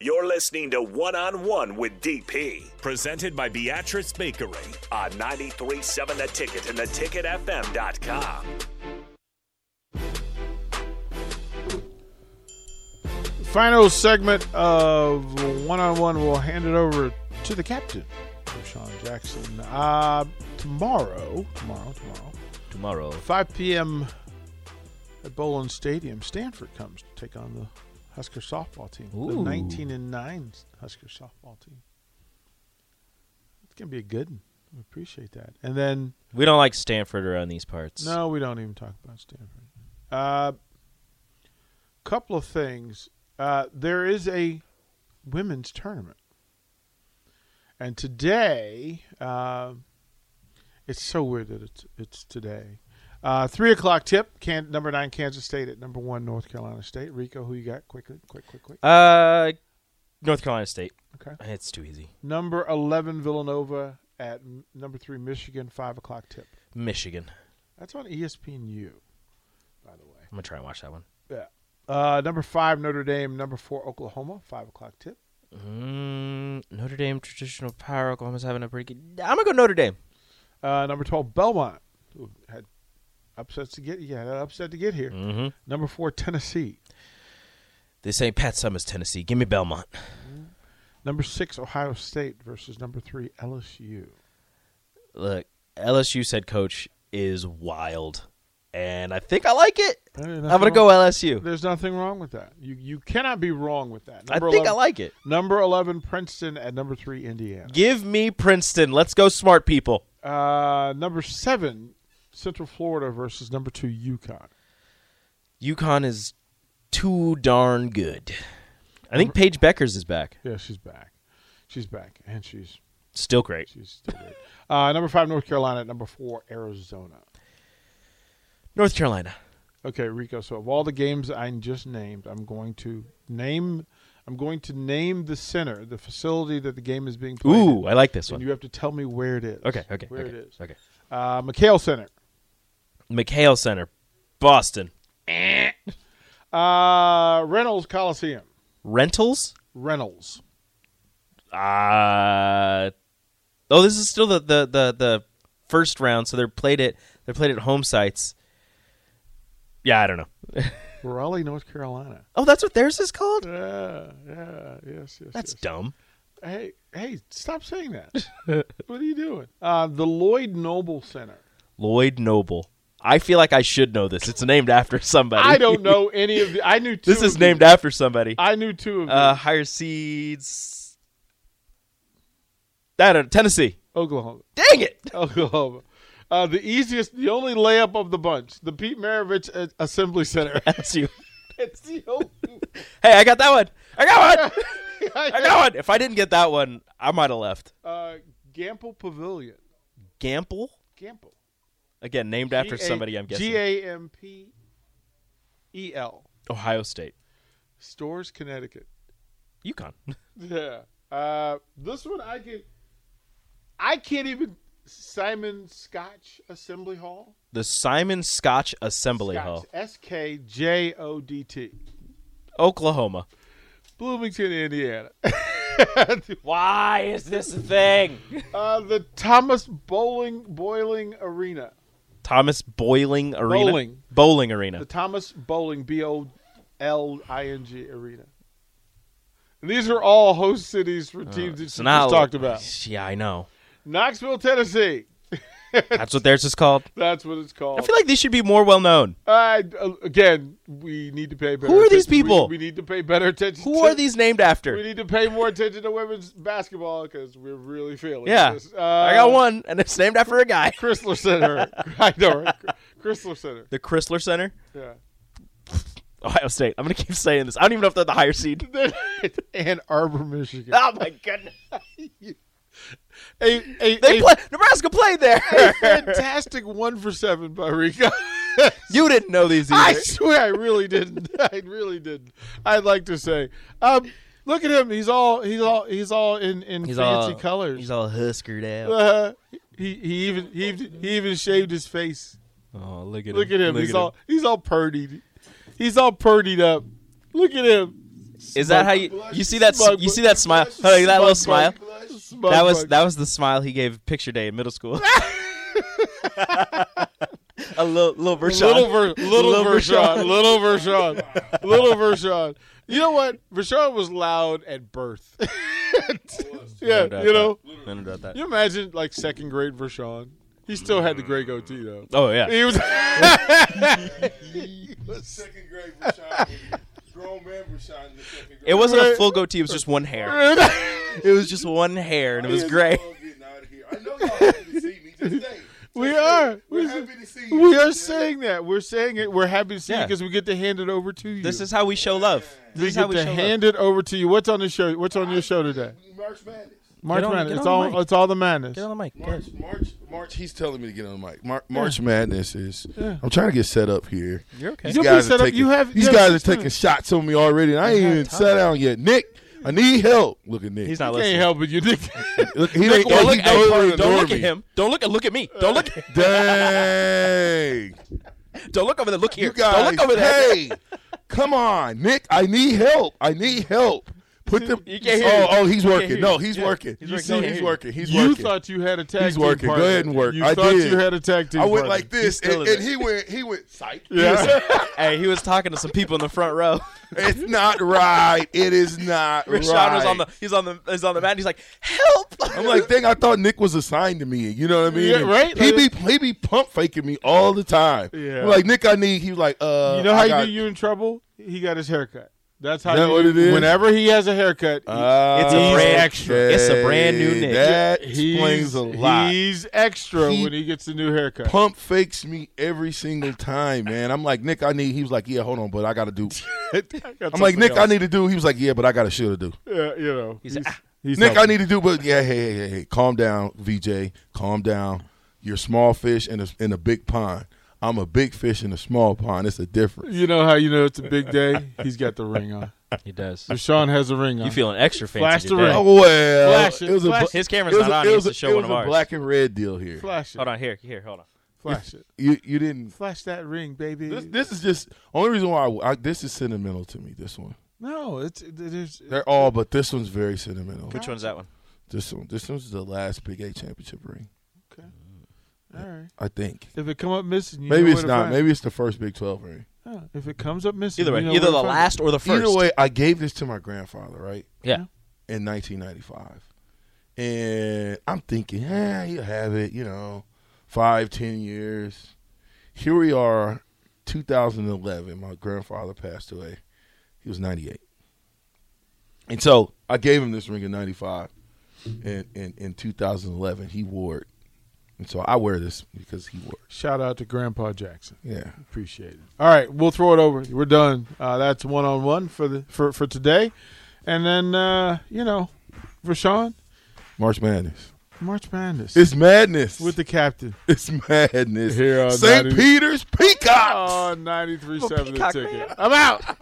You're listening to One on One with DP, presented by Beatrice Bakery on 937 The Ticket and theticketfm.com. Final segment of one on one. We'll hand it over to the captain, Sean Jackson. Uh, tomorrow, tomorrow, tomorrow, tomorrow. 5 p.m. at Bowling Stadium, Stanford comes to take on the Husker softball team, the Ooh. 19 and 9 Husker softball team. It's gonna be a good. One. We appreciate that. And then We don't like Stanford around these parts. no, we don't even talk about Stanford. Uh, couple of things. Uh, there is a women's tournament, and today uh, it's so weird that it's it's today. Uh, three o'clock tip. Can, number nine Kansas State at number one North Carolina State. Rico, who you got? Quickly, quick, quick, quick. Uh, North Carolina State. Okay. It's too easy. Number eleven Villanova at m- number three Michigan. Five o'clock tip. Michigan. That's on E ESPNU, by the way. I'm gonna try and watch that one. Yeah. Uh, number five, Notre Dame. Number four, Oklahoma. Five o'clock tip. Mm, Notre Dame traditional power. Oklahoma's having a pretty good. I'm gonna go Notre Dame. Uh, number 12, Belmont. Who had upsets to get. Yeah, had an upset to get here. Mm-hmm. Number four, Tennessee. This ain't Pat Summers, Tennessee. Give me Belmont. Number six, Ohio State versus number three, LSU. Look, LSU said coach is wild, and I think I like it. Hey, nothing I'm gonna wrong- go LSU. There's nothing wrong with that. You you cannot be wrong with that. I Number think I 11 like it. Number 11, Princeton at number three, Indiana. Give me Princeton. Let's go, smart people. Uh, number seven, Central Florida versus number two, Yukon. UConn is too darn good. I think Paige Beckers is back. Yeah, she's back. She's back, and she's Still great. She's still great. Uh, number five, North Carolina. At number four, Arizona. North Carolina. Okay, Rico. So of all the games I just named, I'm going to name. I'm going to name the center, the facility that the game is being played. Ooh, I like this in, and one. you have to tell me where it is. Okay, okay, where okay, it is. okay. Uh, McHale Center. McHale Center, Boston. Uh, Reynolds Coliseum. Rentals? Reynolds. Uh Oh, this is still the the the, the first round, so they're played at they're played at home sites. Yeah, I don't know. Raleigh, North Carolina. oh, that's what theirs is called? Yeah, yeah, yes, yes. That's yes. dumb. Hey, hey, stop saying that. what are you doing? Uh, the Lloyd Noble Center. Lloyd Noble. I feel like I should know this. It's named after somebody. I don't know any of the. I knew two Uh, this of is these. named after somebody. I knew two of them. Uh higher seeds. I don't Tennessee. Oklahoma. Dang it. Oklahoma. Uh, the easiest, the only layup of the bunch, the Pete Maravich uh, Assembly Center. That's you. It's the only. Hey, I got that one. I got one. I I got one. If I didn't get that one, I might have left. uh, Gamble Pavilion. Gamble? Gamble. Again, named after somebody, I'm guessing. G A M P E L. Ohio State. Stores, Connecticut. UConn. Yeah. Uh, this one I can. I can't even. Simon Scotch Assembly Hall. The Simon Scotch Assembly Scotch. Hall. S K J O D T. Oklahoma. Bloomington, Indiana. Why is this a thing? Uh, the Thomas Bowling Boiling Arena. Thomas Boiling Arena. Bowling. Bowling Arena. The Thomas Bowling B O L I N G Arena. And these are all host cities Uh, for teams that you just talked about. Yeah, I know. Knoxville, Tennessee. That's what theirs is called. That's what it's called. I feel like these should be more well known. I- uh, again, we need to pay better. Who are these attention- we- people? We, need to pay better attention. Who to- are these named We after? need to pay more attention to women's basketball because we're really failing. Yeah. this. I Uh, got one, and it's named after a guy. Chrysler Center. I know. right? Chrysler Center. The Chrysler Center. Yeah. Ohio State. I'm going to keep saying this. I don't even know if they're the higher seed. Ann Arbor, Michigan. Oh, my goodness. A, a, They a play, Nebraska played there. fantastic one for seven by Rico. you didn't know these either. I swear I really didn't. I really didn't. I'd like to say. Um, look at him. He's all he's all he's all in, in fancy colors. He's all huskered out. uh, he he even he, even- he even shaved his face. Oh, look at Look at him. he's all he's all purdied. He's all purdied up. Look at him. Is that how you you see that Smug you see bug. that smile? Like that little smile. Smug That was bug. that was the smile he gave picture day in middle school. A little little version. Little, ver- little, Little Vershawn. Vershawn. Little Vershawn. little Vershawn. You know what? Vershawn was loud at birth. yeah, you know. You imagine like second grade Vershawn. He still had Mm. the gray goatee though. Oh yeah. He was. Second grade Rashawn. grown man Rashawn in the second grade. It wasn't a full goatee. It was just one hair. It was just one hair, and it was gray. Y'all getting out of here. I know y'all happy to see me. Just stay. we are. We're We're, happy to see you. we are Yeah. saying that. We're saying it. We're happy to see Yeah. because we get to hand it over to you. This is how we show love. This we is how get we to show love. hand it over to you. What's on the show? What's on your show today? March Madness. March on- Madness. get It's on the all. mic. It's all the madness. Get on the mic. Go March, ahead. March, March. He's telling me to get on the mic. Mar- March Madness is. Yeah. I'm trying to get set up here. You're okay. These You'll be guys set are up. taking, You have- these you have guys are six taking minutes. shots on me already, and I ain't have even time. sat down yet. Nick, I need help. Look at Nick. He's not Can't listening. help it, you dick. Look, he Nick, ain't- don't he look, hey, partner, don't don't ignore look at me. him. Uh, Don't look at look at me. Don't look. at- Dang. Don't look over there. Look here. You guys, don't look over there. hey, come on, Nick. I need help. I need help. Put them. You can't hear oh, oh, he's hear working. No, you. he's Yeah, working. he's you working. see, Don't he's hear you. working. He's you working. thought you had a tag He's team working. Go partner. ahead and work. You I thought did. you had a tag team I went partner. like He's this, still and, in and it. he went. He went. Psych. Yeah. Hey, he was talking to some people in the front row. it's not right. It is not Rashawn right. was on the. He's on the. He's on the mat. He's like, help. I'm like, dang, I thought Nick was assigned to me. You know what I mean? Yeah, And right? He be Like- he be pump faking me all the time. Yeah. I'm like Nick, I need. He was like, uh, you know how I you got- knew you in trouble? He got his haircut. That's how. That you what knew- it is? Whenever he has a haircut, he- Ah, It's a he's brand- extra. it's a brand new Nick. That he's, explains a lot. He's extra He- when he gets a new haircut. pump fakes me every single time, man. I'm like, Nick, I need. He was like, yeah, hold on, but I got to do. I'm like, Nick, I need to do. He was like, yeah, but I got to should to do. Yeah, you know, he's, "Ah." he's, Nick, I helping. need to do, but yeah, hey, hey, hey, hey, calm down, VJ, calm down. You're small fish in a in a big pond. I'm a big fish in a small pond. It's a difference. You know how you know it's a big day? He's got the ring on. he does. Rashawn has a ring on. You feeling extra fancy Flash the today. ring. Oh well, Flash it, it was a, flash bla- it. His it camera's was not a- on. it He was has a- to it show one was of a ours. black and red deal here. Flash it. Hold on, here, here, hold on. Flash it. You you didn't. Flash that ring, baby. This, this is just only reason why I, I- this is sentimental to me. This one, no, it's it is. they're all, but this one's very sentimental. Which one's that one? This one, this one's the last Big Eight championship ring, Okay. All right. I think. If it come up missing, you know Maybe where it's to not. find it. Maybe it's the first Big Twelve ring. Oh, if it comes up missing, Either you way, know where either to the find it. last or the first. Either way, I gave this to my grandfather, right? yeah. in 1995, and I'm thinking, yeah, he'll have it, you know, five, ten years. Here we are, 2011. My grandfather passed away. He was 98, and so I gave him this ring in '95, and in, in 2011 he wore it, and so I wear this because he wore it. Shout out to Grandpa Jackson. Yeah, Appreciate it. All right, we'll throw it over. We're done. Uh, that's one on one for the for, for today, and then uh, you know, Rashawn, March Madness. March Madness It's madness. with the captain. it's madness. Here on St. 90 Peter's Peacocks. on 93.7 The Peacock, Ticket. man. Oh, I'm out.